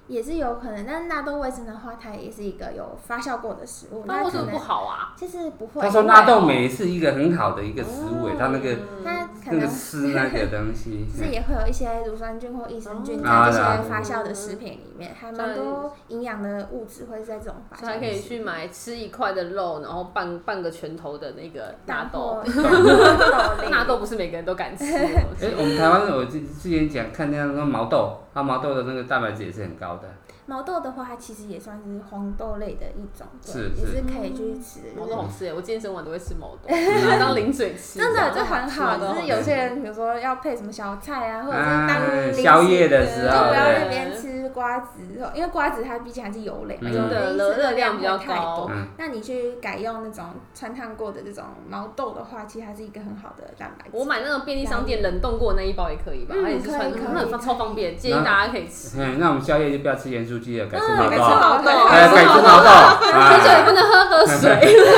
[SPEAKER 4] 也是有可能，但是纳豆味噌的话，它也是一个有发酵过的食物。
[SPEAKER 1] 那为什
[SPEAKER 4] 可
[SPEAKER 1] 么
[SPEAKER 4] 能
[SPEAKER 1] 不好啊？
[SPEAKER 4] 其实不会，
[SPEAKER 2] 他说纳豆酶是一个很好的一个食物，它那个
[SPEAKER 4] 它嗯可
[SPEAKER 2] 那个
[SPEAKER 4] 能，
[SPEAKER 2] 丝那个东西
[SPEAKER 4] *laughs* 就是
[SPEAKER 2] *laughs*
[SPEAKER 4] 也会有一些乳酸菌或益生菌在
[SPEAKER 2] 啊
[SPEAKER 4] 这些
[SPEAKER 2] 对啊
[SPEAKER 4] 发酵的食品里面，还蛮多营养的物质会在这种发
[SPEAKER 1] 所以还
[SPEAKER 4] 酵
[SPEAKER 1] 可以
[SPEAKER 4] 的食
[SPEAKER 1] 去买吃一块的肉，然后半半个拳头的那个纳
[SPEAKER 4] 蛋
[SPEAKER 1] 豆
[SPEAKER 4] 或。豆类
[SPEAKER 1] 纳豆不是每个人都敢吃，
[SPEAKER 2] 哎哦哎、我们台湾我之之前讲看那个毛豆，啊，毛豆的那个蛋白质也是很高的，
[SPEAKER 4] 毛豆的话，它其实也算是黄豆类的一种，对
[SPEAKER 2] 是
[SPEAKER 4] 也
[SPEAKER 2] 是
[SPEAKER 4] 是可以去吃的。
[SPEAKER 1] 毛豆好吃耶，我健身完都会吃
[SPEAKER 4] *laughs*
[SPEAKER 1] 毛豆，拿来当零嘴吃。
[SPEAKER 4] 真的，
[SPEAKER 1] 这
[SPEAKER 4] 这
[SPEAKER 1] 样
[SPEAKER 4] 很好，
[SPEAKER 1] 吃毛豆
[SPEAKER 4] 就是有些人比如说要配什么小菜啊，或者是当
[SPEAKER 2] 哎
[SPEAKER 4] 零食
[SPEAKER 2] 宵夜的时
[SPEAKER 4] 就
[SPEAKER 2] 候，
[SPEAKER 4] 不要
[SPEAKER 2] 对
[SPEAKER 4] 那边吃瓜子，因为瓜子它毕竟还是油类嘛，
[SPEAKER 2] 嗯
[SPEAKER 4] 油
[SPEAKER 1] 的
[SPEAKER 4] 因
[SPEAKER 1] 热
[SPEAKER 4] 子
[SPEAKER 1] 量比较
[SPEAKER 4] 太多
[SPEAKER 1] 高。
[SPEAKER 2] 嗯
[SPEAKER 4] 那你去改用那种穿烫过的这种毛豆的话，其实它是一个很好的蛋白质。
[SPEAKER 1] 我买那种便利商店冷冻过那一包也可以吧，
[SPEAKER 4] 嗯
[SPEAKER 1] 它也是穿，
[SPEAKER 4] 可以
[SPEAKER 1] 那很超方便，建议大家可以吃。
[SPEAKER 2] 嗯，那我们宵夜就不要吃盐酥鸡了，改吃毛
[SPEAKER 4] 嗯改吃
[SPEAKER 2] 豆，
[SPEAKER 4] 毛豆，
[SPEAKER 2] 哎，改吃毛豆，
[SPEAKER 1] 啤酒也
[SPEAKER 2] 啊
[SPEAKER 1] 不能 *laughs* 喝，喝
[SPEAKER 2] 哎
[SPEAKER 1] 水。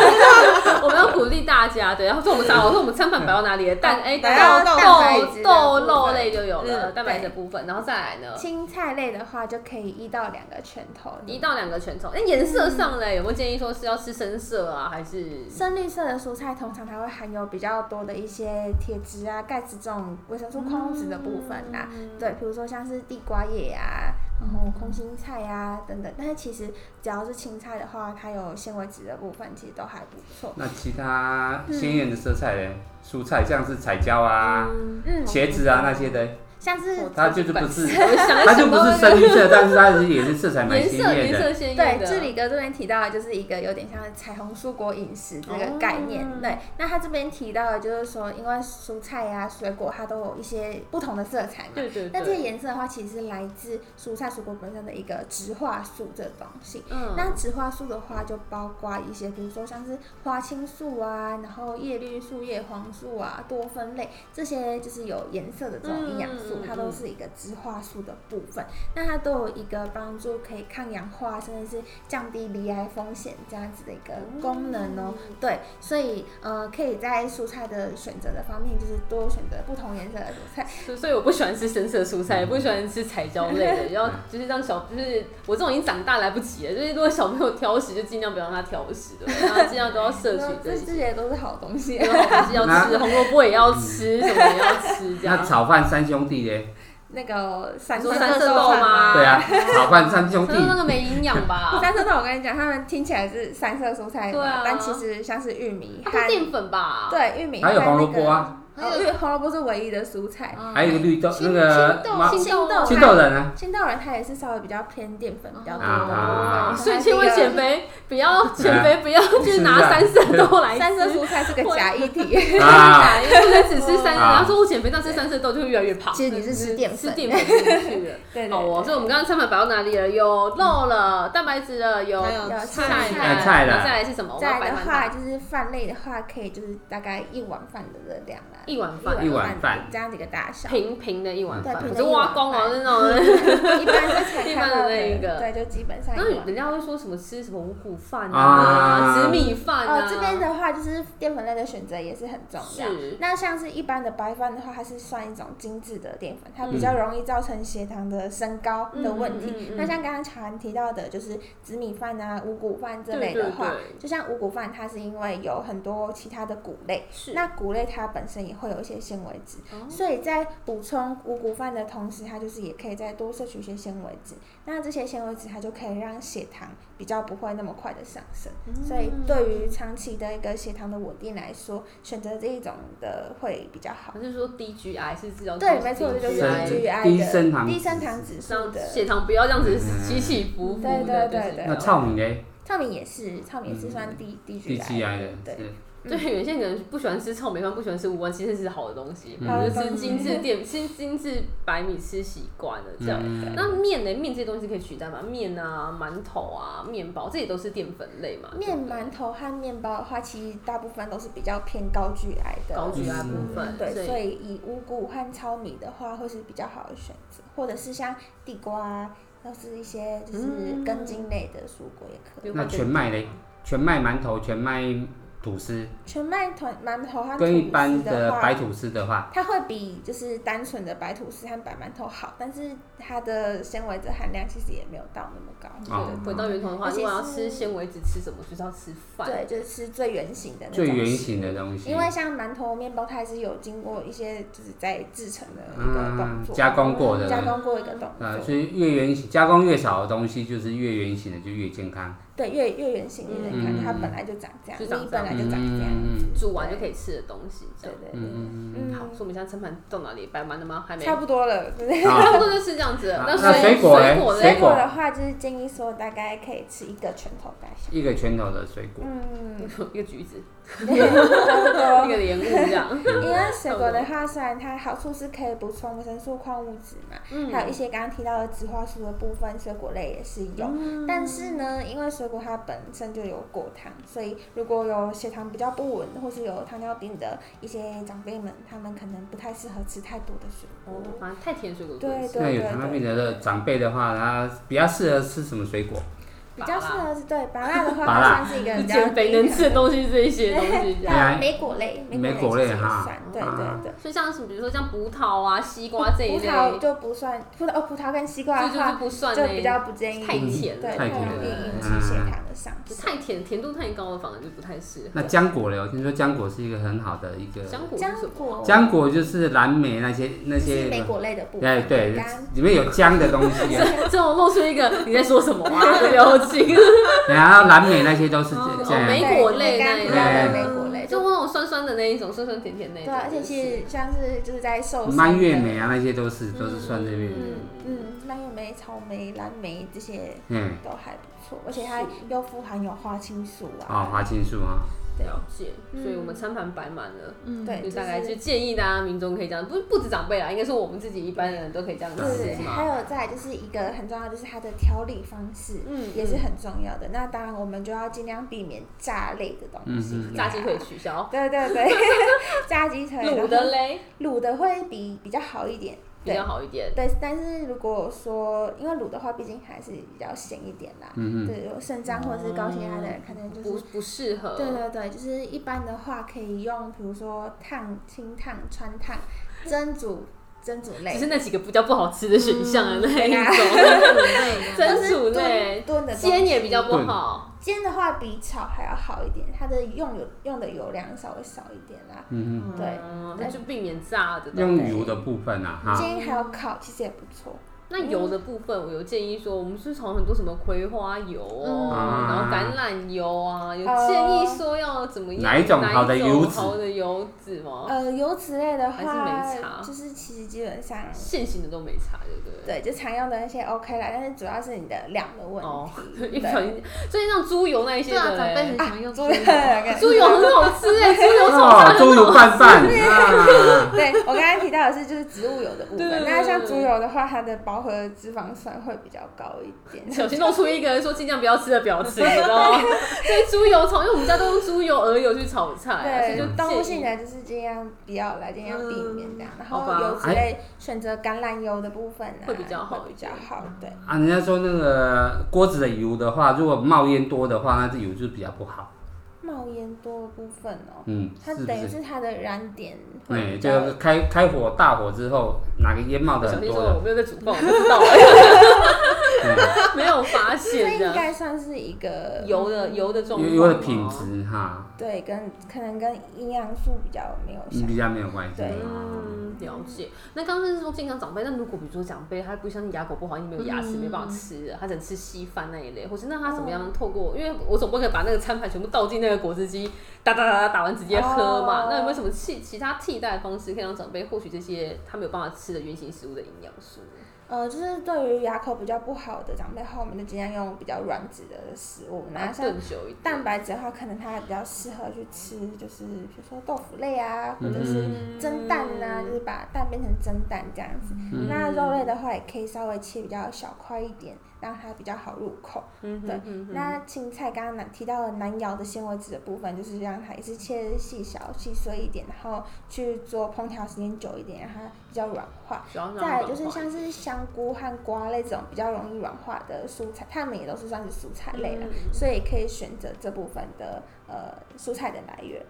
[SPEAKER 1] *laughs* 我们要鼓励大家，对。然后说我们
[SPEAKER 4] *laughs*
[SPEAKER 1] 啥？我说我们餐盘摆到哪里？
[SPEAKER 4] 嗯
[SPEAKER 1] 蛋哎，
[SPEAKER 3] 摆到
[SPEAKER 1] 豆
[SPEAKER 4] 蛋白质的部
[SPEAKER 1] 豆豆
[SPEAKER 4] 分
[SPEAKER 1] 肉类就有了，
[SPEAKER 3] 嗯
[SPEAKER 1] 蛋白质的部分，然后再来呢，
[SPEAKER 4] 青菜类的话，就可以一到两个拳头。
[SPEAKER 1] 一到两个拳头。哎，颜色上嘞，有没有建议说是要吃深色啊，还是
[SPEAKER 4] 嗯深绿色的蔬菜通常它会含有比较多的一些铁质啊、钙质这种维生素矿物质的部分啊。
[SPEAKER 1] 嗯
[SPEAKER 4] 对，比如说像是地瓜叶啊，然后空心菜啊等等。但是其实只要是青菜的话，它有纤维质的部分，其实都还不错。
[SPEAKER 2] 那其他鲜艳的色彩嘞，蔬菜像是彩椒啊、
[SPEAKER 4] 嗯，
[SPEAKER 2] 茄子啊那些的，
[SPEAKER 4] 像是
[SPEAKER 2] 它就是不是，
[SPEAKER 1] 我
[SPEAKER 4] *laughs*
[SPEAKER 1] 想
[SPEAKER 2] 它就不是深绿色，但是它也是色彩蛮
[SPEAKER 1] 颜
[SPEAKER 2] 鲜
[SPEAKER 1] 色
[SPEAKER 2] 艳
[SPEAKER 1] 颜
[SPEAKER 2] 的。
[SPEAKER 1] 色鲜艳
[SPEAKER 4] 对，
[SPEAKER 1] 的。
[SPEAKER 4] 志理哥这边提到的就是一个有点像彩虹蔬果饮食这个概念。
[SPEAKER 1] 哦
[SPEAKER 4] 对，那他这边提到的就是说，因为蔬菜呀、水果它都有一些不同的色彩嘛。
[SPEAKER 1] 对对
[SPEAKER 4] 那这些
[SPEAKER 1] 对，
[SPEAKER 4] 颜色的话，其实是来自蔬菜、水果本身的一个植化素这东西。
[SPEAKER 1] 嗯
[SPEAKER 4] 那植化素的话，就包括一些，比如说像是花青素啊，然后叶绿素、叶黄素啊、多酚类这些，就是有颜色的这种营养
[SPEAKER 1] 嗯
[SPEAKER 4] 素
[SPEAKER 1] 嗯，嗯
[SPEAKER 4] 它都是一个植化素的部分。那它都有一个帮助可以抗氧化，甚至是降低离癌风险这样子的一个功能哦。
[SPEAKER 1] 嗯
[SPEAKER 4] 对，所以呃，可以在蔬菜的选择的方面，就是多选择不同颜色的蔬菜。
[SPEAKER 1] 所以所以我不喜欢吃深色蔬菜，也不喜欢吃彩椒类的，然后就是让小，就是我这种已经长大来不及了，就是如果小朋友挑食，就尽量不要让他挑食的，然后尽量都要摄取这
[SPEAKER 4] 这这
[SPEAKER 1] 些。
[SPEAKER 4] 些都是好东西。
[SPEAKER 1] 然后还是要吃，红萝卜也
[SPEAKER 2] 嗯
[SPEAKER 1] 要吃，什么也要
[SPEAKER 2] *laughs*
[SPEAKER 1] 吃，这
[SPEAKER 2] 那
[SPEAKER 1] 样。
[SPEAKER 2] 炒饭三兄弟嘞？
[SPEAKER 4] *laughs* 那个散
[SPEAKER 1] 你说
[SPEAKER 4] 色
[SPEAKER 1] 三色
[SPEAKER 4] 豆
[SPEAKER 1] 豆
[SPEAKER 4] 饭
[SPEAKER 1] 吗？
[SPEAKER 2] 对啊，炒饭三兄
[SPEAKER 1] 可 *laughs*
[SPEAKER 2] 弟
[SPEAKER 1] 是那个没营养吧？
[SPEAKER 4] 三色豆，我跟你讲，他们听起来是三色蔬菜嘛，
[SPEAKER 1] 哦对啊
[SPEAKER 4] 但其实像是玉米
[SPEAKER 1] 它是
[SPEAKER 4] 和
[SPEAKER 1] 淀粉吧？
[SPEAKER 4] 对玉米
[SPEAKER 2] 还有
[SPEAKER 4] 和那
[SPEAKER 2] 红萝卜啊
[SPEAKER 4] 个，还有玉红萝卜是唯一的蔬菜。
[SPEAKER 1] 嗯，
[SPEAKER 2] 还有一个绿豆，那
[SPEAKER 1] 青
[SPEAKER 2] 个妈
[SPEAKER 1] 青豆
[SPEAKER 4] 青
[SPEAKER 2] 青豆
[SPEAKER 1] *laughs*
[SPEAKER 2] 人啊，
[SPEAKER 4] 青豆人它也是稍微比较偏淀粉比较多
[SPEAKER 2] 啊
[SPEAKER 4] 的部分，
[SPEAKER 1] 所以千万减
[SPEAKER 4] 肥。
[SPEAKER 1] 肥，不要减肥，不要去拿三色豆来吃。
[SPEAKER 4] 三色蔬菜是个假议
[SPEAKER 1] *laughs*
[SPEAKER 4] 题，
[SPEAKER 2] 啊，
[SPEAKER 1] 因为不能只吃三，
[SPEAKER 2] 啊
[SPEAKER 1] 然后说我减肥到吃三色豆就会越来越胖。
[SPEAKER 4] 其实你是吃淀粉
[SPEAKER 1] 吃淀粉进去的。
[SPEAKER 4] *laughs* 对对
[SPEAKER 1] 好哦，所以我们刚刚餐盘摆到哪里了？有肉了，蛋白质了，有
[SPEAKER 3] 还有
[SPEAKER 1] 菜
[SPEAKER 4] 菜
[SPEAKER 1] 了，
[SPEAKER 2] 菜了
[SPEAKER 1] 然后再来是什么？我们
[SPEAKER 4] 再
[SPEAKER 1] 要摆
[SPEAKER 4] 来的
[SPEAKER 1] 盘
[SPEAKER 4] 话
[SPEAKER 1] 吧。
[SPEAKER 4] 就是饭类的话，可以就是大概一碗饭的热量啦，
[SPEAKER 1] 一碗饭
[SPEAKER 2] 一碗饭
[SPEAKER 4] 这样子一个大小。
[SPEAKER 1] 平平的一碗
[SPEAKER 4] 对
[SPEAKER 1] 饭，
[SPEAKER 4] 平
[SPEAKER 1] 我
[SPEAKER 4] 的
[SPEAKER 1] 就挖光了
[SPEAKER 4] 一
[SPEAKER 1] 那种。
[SPEAKER 4] 一般是才
[SPEAKER 1] 一般
[SPEAKER 4] 看
[SPEAKER 1] 的
[SPEAKER 4] 到
[SPEAKER 1] 那一个
[SPEAKER 4] 对，就基本上一
[SPEAKER 1] 然
[SPEAKER 4] 碗
[SPEAKER 1] 后
[SPEAKER 4] 饭
[SPEAKER 1] 人家会说什么吃什么五谷饭啊、
[SPEAKER 2] 啊
[SPEAKER 1] 紫米饭
[SPEAKER 4] 哦
[SPEAKER 1] 啊，，
[SPEAKER 4] 这边的话就是淀粉类的选择也是很重要
[SPEAKER 1] 是。
[SPEAKER 4] 那像是一般的白饭的话，它是算一种精致的淀粉，它比较容易造成血糖的升高的问
[SPEAKER 1] 嗯
[SPEAKER 4] 题。
[SPEAKER 1] 嗯嗯嗯
[SPEAKER 4] 那像刚刚乔安提到的，就是紫米饭啊、五谷饭这类的话，
[SPEAKER 1] 对对对
[SPEAKER 4] 就像五谷饭，它是因为有很多其他的谷类，
[SPEAKER 1] 是
[SPEAKER 4] 那谷类它本身也会有一些纤维质，
[SPEAKER 1] 哦
[SPEAKER 4] 所以在补充五谷饭的同时，它就是也可以再多摄取一些纤维质。那这些纤维质它就可以让血糖比较不会那么快的上升，
[SPEAKER 1] 嗯
[SPEAKER 4] 所以对于长期的一个血糖的稳定来说，选择这一种的会比较好
[SPEAKER 1] 还。是说低 GI 是治疗
[SPEAKER 4] 对，没错，这就是
[SPEAKER 2] 升
[SPEAKER 1] GI，
[SPEAKER 4] GI 的
[SPEAKER 2] 低升糖
[SPEAKER 4] 低升糖指数
[SPEAKER 1] 让
[SPEAKER 4] 的。嗯
[SPEAKER 1] 血糖不要这样子起起伏伏的。
[SPEAKER 4] 对对对
[SPEAKER 1] 就是
[SPEAKER 4] 对
[SPEAKER 2] 那糙米嘞，
[SPEAKER 4] 糙米也是，糙米也是
[SPEAKER 2] 嗯
[SPEAKER 4] 算低低
[SPEAKER 2] 第
[SPEAKER 4] GI
[SPEAKER 2] 七来的，
[SPEAKER 4] 对。
[SPEAKER 2] 是
[SPEAKER 1] 对，有些人不喜欢吃臭米饭，不喜欢吃五官，其实是好的东西，
[SPEAKER 4] 好的
[SPEAKER 1] 就是
[SPEAKER 4] 东西
[SPEAKER 1] 精致淀、精精致白米吃习惯了这样。
[SPEAKER 2] 嗯
[SPEAKER 1] 那面呢？面这些东西可以取代吗？面啊、馒头啊、面包，这也都是淀粉类嘛。
[SPEAKER 4] 面馒头和面包的话，其实大部分都是比较偏高 GI 的
[SPEAKER 1] 高 GI
[SPEAKER 2] 嗯
[SPEAKER 1] 部分，
[SPEAKER 4] 对，所
[SPEAKER 1] 以
[SPEAKER 4] 以以五谷和糙米的话，会是比较好的选择，或者是像地瓜，啊或是一些就是根茎类的蔬果也可以。
[SPEAKER 1] 比如
[SPEAKER 2] 那
[SPEAKER 1] 说
[SPEAKER 2] 全麦嘞，全麦馒头、全麦吐司，
[SPEAKER 4] 全麦团馒头和吐
[SPEAKER 2] 跟一
[SPEAKER 4] 司
[SPEAKER 2] 般
[SPEAKER 4] 的
[SPEAKER 2] 的
[SPEAKER 4] 话，
[SPEAKER 2] 白吐司的话，
[SPEAKER 4] 它会比就是单纯的白吐司和白馒头好，但是它的纤维质含量其实也没有到那么高。
[SPEAKER 2] 哦
[SPEAKER 1] 对，回到源头的话，
[SPEAKER 4] 而
[SPEAKER 1] 如
[SPEAKER 4] 且
[SPEAKER 1] 果要
[SPEAKER 4] 是
[SPEAKER 1] 吃纤维质，吃什么就是要吃饭。
[SPEAKER 4] 对，就是吃最圆形的那种。
[SPEAKER 2] 最圆形的东西
[SPEAKER 4] 因，为像馒头、面包，它还是有经过一些就是在制成的一个动
[SPEAKER 2] 嗯，
[SPEAKER 4] 作，
[SPEAKER 2] 加工过的，呃
[SPEAKER 4] 加工过一个动作。
[SPEAKER 2] 啊，所以越圆形加工越少的东西，就是越圆形的就越健康。
[SPEAKER 4] 对月月圆型月圆看，
[SPEAKER 2] 嗯
[SPEAKER 4] 它本来就长这样，
[SPEAKER 1] 就长
[SPEAKER 4] 你
[SPEAKER 1] 这样
[SPEAKER 4] 本来就长这样，
[SPEAKER 2] 嗯
[SPEAKER 1] 煮完就可以吃的东西，这
[SPEAKER 4] 对
[SPEAKER 1] 样。
[SPEAKER 4] 对
[SPEAKER 2] 嗯
[SPEAKER 4] 对，
[SPEAKER 2] 嗯
[SPEAKER 4] 嗯，
[SPEAKER 1] 好，所以我们现在餐盘到哪里？摆满了吗？还没，
[SPEAKER 4] 差不多了。对
[SPEAKER 2] 嗯，好
[SPEAKER 1] 差 *laughs* 不多就是这样子了。
[SPEAKER 2] 好
[SPEAKER 1] 那
[SPEAKER 2] 那
[SPEAKER 1] 水
[SPEAKER 2] 水果嘞
[SPEAKER 1] 果
[SPEAKER 2] 水
[SPEAKER 1] 嘞
[SPEAKER 4] 水？果的话，就是建议说大概可以吃一个拳头大小。
[SPEAKER 2] 一个拳头的水果， *laughs*
[SPEAKER 4] 嗯，
[SPEAKER 1] 一个橘子， *laughs*
[SPEAKER 4] 差不
[SPEAKER 1] 一
[SPEAKER 4] 多。
[SPEAKER 1] 个莲雾这
[SPEAKER 4] *laughs*
[SPEAKER 1] 样。
[SPEAKER 4] 因为水果的话，虽然它好处是可以补充维生素、矿物质嘛，
[SPEAKER 1] 嗯
[SPEAKER 4] 还有一些刚刚提到的植化素的部分，水果类也是有。
[SPEAKER 1] 嗯
[SPEAKER 4] 但是呢，因为水果它本身就有果糖，所以如果有血糖比较不稳或是有糖尿病的一些长辈们，他们可能不太适合吃太多的水
[SPEAKER 1] 哦
[SPEAKER 4] 果。，
[SPEAKER 1] 反正太甜水果不能
[SPEAKER 4] 对
[SPEAKER 1] 吃。
[SPEAKER 2] 那
[SPEAKER 4] 对
[SPEAKER 2] 有糖尿病
[SPEAKER 4] 对，
[SPEAKER 2] 的长辈的话，他比较适合吃什么水果？
[SPEAKER 4] 比较适合是对，芭乐的话，
[SPEAKER 2] 芭
[SPEAKER 4] 它算
[SPEAKER 2] 乐
[SPEAKER 4] 是一个
[SPEAKER 1] 就
[SPEAKER 4] 比较
[SPEAKER 1] 减肥能吃的
[SPEAKER 4] 低
[SPEAKER 1] 东西这一些东西，这
[SPEAKER 4] 糖。
[SPEAKER 1] 样。
[SPEAKER 4] 还有莓果类，
[SPEAKER 2] 莓
[SPEAKER 4] 果
[SPEAKER 2] 果
[SPEAKER 4] 类
[SPEAKER 2] 类
[SPEAKER 4] 其实也
[SPEAKER 2] 哈
[SPEAKER 4] 算，对
[SPEAKER 2] 啊
[SPEAKER 4] 对 *laughs* 对。
[SPEAKER 1] 所以像什么，比如说像葡萄啊、西瓜这一
[SPEAKER 4] 葡
[SPEAKER 1] 类，
[SPEAKER 4] 萄就不算，葡萄哦，葡萄跟西瓜
[SPEAKER 1] 这
[SPEAKER 4] 的
[SPEAKER 1] 就是
[SPEAKER 4] 话，
[SPEAKER 1] 不算
[SPEAKER 4] 就
[SPEAKER 1] 那
[SPEAKER 4] 比较不建议，
[SPEAKER 1] 太甜
[SPEAKER 4] 对，
[SPEAKER 1] 了，
[SPEAKER 2] 太
[SPEAKER 4] 太
[SPEAKER 2] 甜
[SPEAKER 4] 容易
[SPEAKER 2] 了嗯
[SPEAKER 4] 引起血糖的上
[SPEAKER 1] 就
[SPEAKER 4] 升。
[SPEAKER 1] 太甜，甜度太高了，反而就不太适合。
[SPEAKER 2] 那浆果呢？我听说浆果是一个很好的一个，
[SPEAKER 1] 浆果是什
[SPEAKER 4] 浆
[SPEAKER 1] 么？
[SPEAKER 4] 果，
[SPEAKER 2] 浆果就是蓝莓那些那
[SPEAKER 4] 就是
[SPEAKER 2] 些，
[SPEAKER 4] 莓果类的部
[SPEAKER 2] 哎
[SPEAKER 4] 分，
[SPEAKER 2] 对
[SPEAKER 4] 饼干，
[SPEAKER 2] 里面有浆的东西啊，
[SPEAKER 1] *laughs* 这种露出一个你在说什么啊？表情，
[SPEAKER 2] 然后蓝莓那些都是这这
[SPEAKER 1] 哦
[SPEAKER 2] 样
[SPEAKER 1] 莓
[SPEAKER 4] 对
[SPEAKER 1] 果类
[SPEAKER 4] 饼干
[SPEAKER 1] 那一
[SPEAKER 4] 葡萄跟
[SPEAKER 2] 种
[SPEAKER 4] 莓果类，
[SPEAKER 1] *laughs* 就
[SPEAKER 4] 就
[SPEAKER 1] 那种酸酸的那一种，酸酸甜甜那一
[SPEAKER 4] 对，啊
[SPEAKER 1] 种。
[SPEAKER 4] 而且其实像是就是在寿司
[SPEAKER 2] 蔓越
[SPEAKER 4] 的
[SPEAKER 2] 莓，啊，那些都是都是算这边的。
[SPEAKER 4] 嗯嗯，蔓越莓、草莓、蓝莓这些
[SPEAKER 2] 嗯，
[SPEAKER 4] 都还不错，而且它又富含有花青素
[SPEAKER 2] 哦，
[SPEAKER 4] 啊，
[SPEAKER 2] 花青素啊，
[SPEAKER 4] 对
[SPEAKER 1] 了解，所以我们餐盘摆满了。
[SPEAKER 3] 嗯，
[SPEAKER 4] 嗯对，
[SPEAKER 1] 就
[SPEAKER 4] 就。
[SPEAKER 1] 大概就是建议大家民众可以这样，不不止长辈啦，应该说我们自己一般人都可以这样
[SPEAKER 4] 对对
[SPEAKER 1] 吃
[SPEAKER 4] 对，还
[SPEAKER 1] 嘛。
[SPEAKER 4] 有再来就是一个很重要，就是它的调理方式，
[SPEAKER 1] 嗯
[SPEAKER 4] 也是很重要的。那当然，我们就要尽量避免炸类的东西
[SPEAKER 2] 嗯，
[SPEAKER 1] 炸鸡腿，取消，
[SPEAKER 4] 对对对， *laughs* 炸鸡腿，
[SPEAKER 1] 卤的嘞
[SPEAKER 4] 然后卤的会比比较好一点，
[SPEAKER 1] 比
[SPEAKER 4] 对
[SPEAKER 1] 较好一点。
[SPEAKER 4] 对。但是如果说因为卤的话，毕竟还是比较咸一点啦，
[SPEAKER 2] 嗯
[SPEAKER 4] 对，有肾脏或者是高血压的人可能就
[SPEAKER 1] 不
[SPEAKER 4] 是。
[SPEAKER 1] 不适合。
[SPEAKER 4] 对对对，就是一般的话，可以用比如说烫、清烫、穿烫、蒸煮、蒸煮类
[SPEAKER 1] 只，是那几个比较不好吃的选项啊，
[SPEAKER 4] 嗯
[SPEAKER 1] 那一 *laughs* 种
[SPEAKER 3] 对对对
[SPEAKER 1] 蒸煮类
[SPEAKER 4] 或是炖炖的东西
[SPEAKER 1] 煎也比较不好。
[SPEAKER 4] 煎的话比炒还要好一点，它的用油用的油量稍微少一点啦。
[SPEAKER 2] 嗯
[SPEAKER 4] 对，
[SPEAKER 1] 嗯那就避免炸的
[SPEAKER 2] 哼，用
[SPEAKER 1] 东西。
[SPEAKER 2] 油的部分啊，哈，
[SPEAKER 4] 煎还有烤其实也不错。
[SPEAKER 1] 那油的部分，我有建议说，我们是从很多什么葵花油哦，
[SPEAKER 2] 嗯
[SPEAKER 1] 然后橄榄油啊，有
[SPEAKER 4] 哦
[SPEAKER 1] 建议说要怎么样？
[SPEAKER 2] 哪一种好的油脂
[SPEAKER 1] 好的油脂吗？
[SPEAKER 4] 呃，油脂类的
[SPEAKER 1] 哦还
[SPEAKER 4] 话
[SPEAKER 1] 是没差，
[SPEAKER 4] 就是其实基本上
[SPEAKER 1] 现行的都没差，对不对？
[SPEAKER 4] 对，就常用的那些 OK 啦，但是主要是你的量的问
[SPEAKER 1] 哦 *laughs*
[SPEAKER 4] 题。，
[SPEAKER 1] 一
[SPEAKER 4] 对
[SPEAKER 1] 不小
[SPEAKER 4] *laughs*
[SPEAKER 1] 心，所以像猪油那一些
[SPEAKER 3] 对啊，
[SPEAKER 1] 的
[SPEAKER 3] 长辈
[SPEAKER 1] 嘞
[SPEAKER 3] 很，常用
[SPEAKER 4] 猪
[SPEAKER 3] 猪
[SPEAKER 4] 油
[SPEAKER 3] 油，
[SPEAKER 1] 猪油很好吃哎，猪油炒
[SPEAKER 2] 哦，
[SPEAKER 1] 饭
[SPEAKER 2] 猪油拌饭啊，
[SPEAKER 4] *laughs* 对我刚才提到的是就是植物油的部
[SPEAKER 1] 对对
[SPEAKER 4] 分，
[SPEAKER 1] 对
[SPEAKER 4] 那像猪油的话，它的饱和脂肪酸会比较高一点。
[SPEAKER 1] 小心弄出一个说尽量不要吃的表情，你知道吗？ *laughs* 所以猪油炒，因为我们家都用猪油、鹅油去炒菜啊，所以
[SPEAKER 4] 对，
[SPEAKER 1] 就
[SPEAKER 4] 就动物性
[SPEAKER 1] 建议嗯
[SPEAKER 4] 的就是尽量不要来，尽量避免这样。然
[SPEAKER 1] 好
[SPEAKER 4] 后
[SPEAKER 1] 吧
[SPEAKER 4] 油
[SPEAKER 2] 哎
[SPEAKER 4] 脂类选择橄榄油的部分啊，
[SPEAKER 1] 会比较好嗯
[SPEAKER 4] 会比较好。对，
[SPEAKER 2] 啊，人家说那个锅子的油的话，如果冒烟多的话，那这油就比较不好。
[SPEAKER 4] 冒烟多的部分哦，
[SPEAKER 2] 嗯，
[SPEAKER 4] 它
[SPEAKER 2] 是不
[SPEAKER 4] 等于
[SPEAKER 2] 是？
[SPEAKER 4] 是它的燃点会
[SPEAKER 2] 哎，
[SPEAKER 4] 比
[SPEAKER 2] 这
[SPEAKER 4] 较
[SPEAKER 2] 个开开火大火之后，哪个烟冒的
[SPEAKER 1] 小
[SPEAKER 2] 很
[SPEAKER 1] 心
[SPEAKER 2] 多
[SPEAKER 1] 说我
[SPEAKER 2] 的，嗯
[SPEAKER 1] 没有在煮饭，我不知道，欸 *laughs* 没有发
[SPEAKER 4] 这
[SPEAKER 1] 现
[SPEAKER 4] 应
[SPEAKER 1] 的
[SPEAKER 4] 该算是一个
[SPEAKER 1] 油的油的状
[SPEAKER 2] 因
[SPEAKER 1] 况，
[SPEAKER 2] 为因为品质哈，
[SPEAKER 4] 对，跟可能跟营养素比较没有相
[SPEAKER 2] 嗯比较没有关系。
[SPEAKER 4] 对
[SPEAKER 2] 哦
[SPEAKER 1] 嗯，了解。那刚刚是说健康长辈，那如果比如说长辈他不像牙口不好，因为没有牙齿、没办法吃了，他只能吃稀饭那一类，或是那他怎么样透过？因为我总不可以把那个餐盘全部倒进那个果汁机，打打打打打完直接喝嘛。
[SPEAKER 4] 哦
[SPEAKER 1] 那有没有什么替其他替代的方式可以让长辈获取这些他没有办法吃的原型食物的营养素？
[SPEAKER 4] 呃，就是对于牙口比较不好的长辈的话，我们就尽量用比较软质的食物。
[SPEAKER 1] 然
[SPEAKER 4] 那
[SPEAKER 1] 后
[SPEAKER 4] 像
[SPEAKER 1] 更久一点。
[SPEAKER 4] 蛋白质的话，可能它比较适合去吃，就是比如说豆腐类啊，或者
[SPEAKER 2] 嗯
[SPEAKER 4] 是蒸蛋呐、就是把蛋变成蒸蛋这样子。那肉类的话，也可以稍微切比较小块一点，让它比较好入口。
[SPEAKER 1] 嗯哼
[SPEAKER 4] 对
[SPEAKER 1] 嗯哼
[SPEAKER 4] 那青菜刚刚难提到了难咬的纤维质的部分，就是让它也是切细小、细碎一点，然后去做烹调时间久一点，让它比较软化。
[SPEAKER 1] 主要让它
[SPEAKER 4] 再来
[SPEAKER 1] 软
[SPEAKER 4] 就是
[SPEAKER 1] 化
[SPEAKER 4] 像是香菇和瓜类这种比较容易软化的蔬菜，它们也都是算是蔬菜类啦，所以可以选择这部分的呃蔬菜的来源。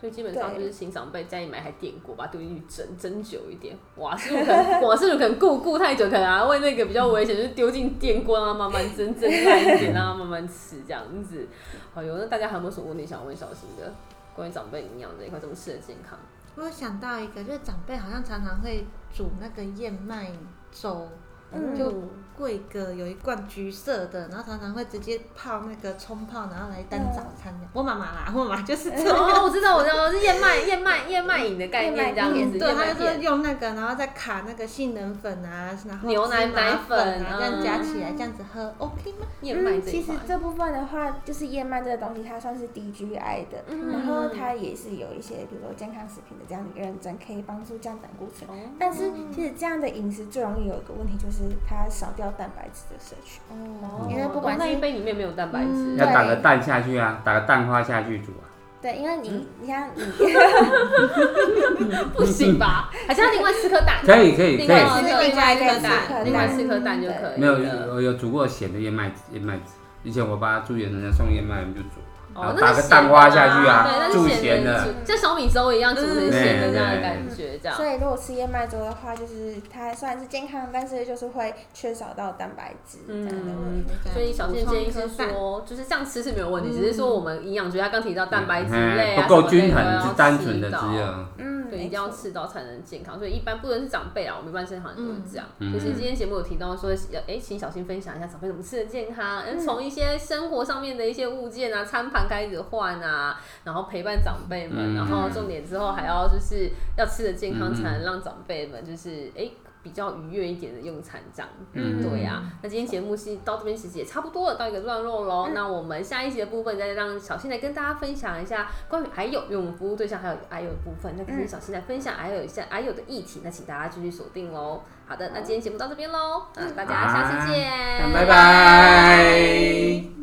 [SPEAKER 1] 所以基本上就
[SPEAKER 4] 对
[SPEAKER 1] 是新长辈家里买台电锅，把它丢进去蒸蒸久一点。瓦斯炉可能瓦斯炉可能顾顾太久，可能还会那个比较危险，就是丢进电锅让它慢慢蒸蒸烂一点，让它慢慢吃这样子。好哟，那大家还有没有什么问题想问小新的？关于长辈营养这一块，怎么吃的健康？
[SPEAKER 3] 我有想到一个，就是长辈好像常常会煮那个燕麦粥，
[SPEAKER 4] 嗯
[SPEAKER 3] 就贵哥有一罐橘色的，然后常常会直接泡那个冲泡，然后来当早餐的。嗯我妈妈啦，我妈妈就是这样。
[SPEAKER 1] *laughs* 哦，我知道，我知道，是燕麦燕麦燕麦饮的概念这样
[SPEAKER 4] 燕
[SPEAKER 1] 子。
[SPEAKER 4] 麦
[SPEAKER 3] 哎
[SPEAKER 1] 燕
[SPEAKER 3] 嗯对，
[SPEAKER 1] 麦
[SPEAKER 3] 她
[SPEAKER 1] 片
[SPEAKER 3] 就是用那个，然后再卡那个杏仁粉啊，然后
[SPEAKER 1] 牛奶
[SPEAKER 3] 芝麻
[SPEAKER 1] 奶粉
[SPEAKER 3] 粉
[SPEAKER 1] 啊
[SPEAKER 3] 啊，这样加起来，这样子喝 OK 吗？
[SPEAKER 1] 燕麦这
[SPEAKER 4] 嗯其
[SPEAKER 1] 一
[SPEAKER 4] 实
[SPEAKER 1] 块。
[SPEAKER 4] 这部分的话，就是燕麦这个东西，它算是低 GI 的，
[SPEAKER 1] 嗯
[SPEAKER 4] 然后它也是有一些，比如说健康食品的这样的一个认证，可以帮助降胆固醇。
[SPEAKER 1] 哦
[SPEAKER 4] 但是其实这样的饮食最容易有一个问题，就是它少掉蛋白质的摄取。嗯
[SPEAKER 3] 哦
[SPEAKER 4] 因为不管
[SPEAKER 1] 那
[SPEAKER 4] 是
[SPEAKER 1] 一杯里面没有蛋白质，
[SPEAKER 2] 要
[SPEAKER 4] 对
[SPEAKER 2] 打个蛋下去啊，打个蛋花下去煮啊。
[SPEAKER 4] 对，因为你，你看你，
[SPEAKER 1] 不行吧？还是要另外吃颗 *laughs* 蛋？
[SPEAKER 2] 可以可以
[SPEAKER 1] 另
[SPEAKER 2] 可
[SPEAKER 1] 外
[SPEAKER 2] 以，
[SPEAKER 1] 吃颗
[SPEAKER 3] 可以
[SPEAKER 1] 另外
[SPEAKER 3] 可
[SPEAKER 1] 颗
[SPEAKER 3] 以
[SPEAKER 4] 可以可
[SPEAKER 1] 蛋，
[SPEAKER 4] 以
[SPEAKER 1] 另外吃颗蛋就可以。
[SPEAKER 2] 没有我有煮过咸的燕麦燕麦子，以前我爸住院，人家送燕麦，我们就煮，然
[SPEAKER 1] 哦
[SPEAKER 2] 后，呃打
[SPEAKER 1] 那
[SPEAKER 2] 个
[SPEAKER 1] 是咸
[SPEAKER 2] 蛋
[SPEAKER 1] 的
[SPEAKER 2] 花下去
[SPEAKER 1] 对，
[SPEAKER 2] 啊，
[SPEAKER 1] 那是
[SPEAKER 2] 煮咸
[SPEAKER 1] 咸
[SPEAKER 2] 的。
[SPEAKER 1] 像小米粥一样煮成
[SPEAKER 3] 嗯
[SPEAKER 1] 咸的
[SPEAKER 2] 对
[SPEAKER 1] 那样的
[SPEAKER 2] 对
[SPEAKER 1] 感觉，这样。
[SPEAKER 4] 所以如果吃燕麦粥的话，就是它虽然是健康，但是就是会缺少到蛋白质这样的问题。
[SPEAKER 1] 嗯所以小健建议是
[SPEAKER 3] 补充一颗
[SPEAKER 1] 说，就是这样吃是没有问题，只是说我们营养学家刚提到蛋白质类
[SPEAKER 2] 嗯
[SPEAKER 1] 啊
[SPEAKER 2] 不够
[SPEAKER 1] 什么类
[SPEAKER 2] 均
[SPEAKER 1] 都要
[SPEAKER 2] 衡，是单纯的
[SPEAKER 1] 吃到
[SPEAKER 2] 只有。
[SPEAKER 4] 嗯，
[SPEAKER 1] 对，一
[SPEAKER 4] 没
[SPEAKER 1] 定要
[SPEAKER 4] 错
[SPEAKER 1] 吃到才能健康。所以一般不论是长辈啊，我们一般身旁人都是这样。
[SPEAKER 2] 嗯
[SPEAKER 1] 就是今天节目有提到说，要哎，请小新分享一下长辈怎么吃的健康，嗯，从一些生活上面的一些物件啊、餐盘开始换啊，然后陪伴长辈们，
[SPEAKER 2] 嗯
[SPEAKER 1] 然后重点之后还要就是要吃的健康，
[SPEAKER 2] 嗯
[SPEAKER 1] 才能让长辈们就是哎。比较愉悦一点的用餐这样，
[SPEAKER 2] 嗯
[SPEAKER 1] 对呀、那今天节目是到这边，其实也差不多了，到一个段落喽。
[SPEAKER 2] 嗯
[SPEAKER 1] 那我们下一节部分再让小新来跟大家分享一下关于还有，因为我们服务对象还有还有的部分，那可是小新来分享还有一下
[SPEAKER 2] 嗯
[SPEAKER 1] 还有的议题，那请大家继续锁定喽。好的，那今天节目到这边喽，那大家下次见，
[SPEAKER 2] 拜拜。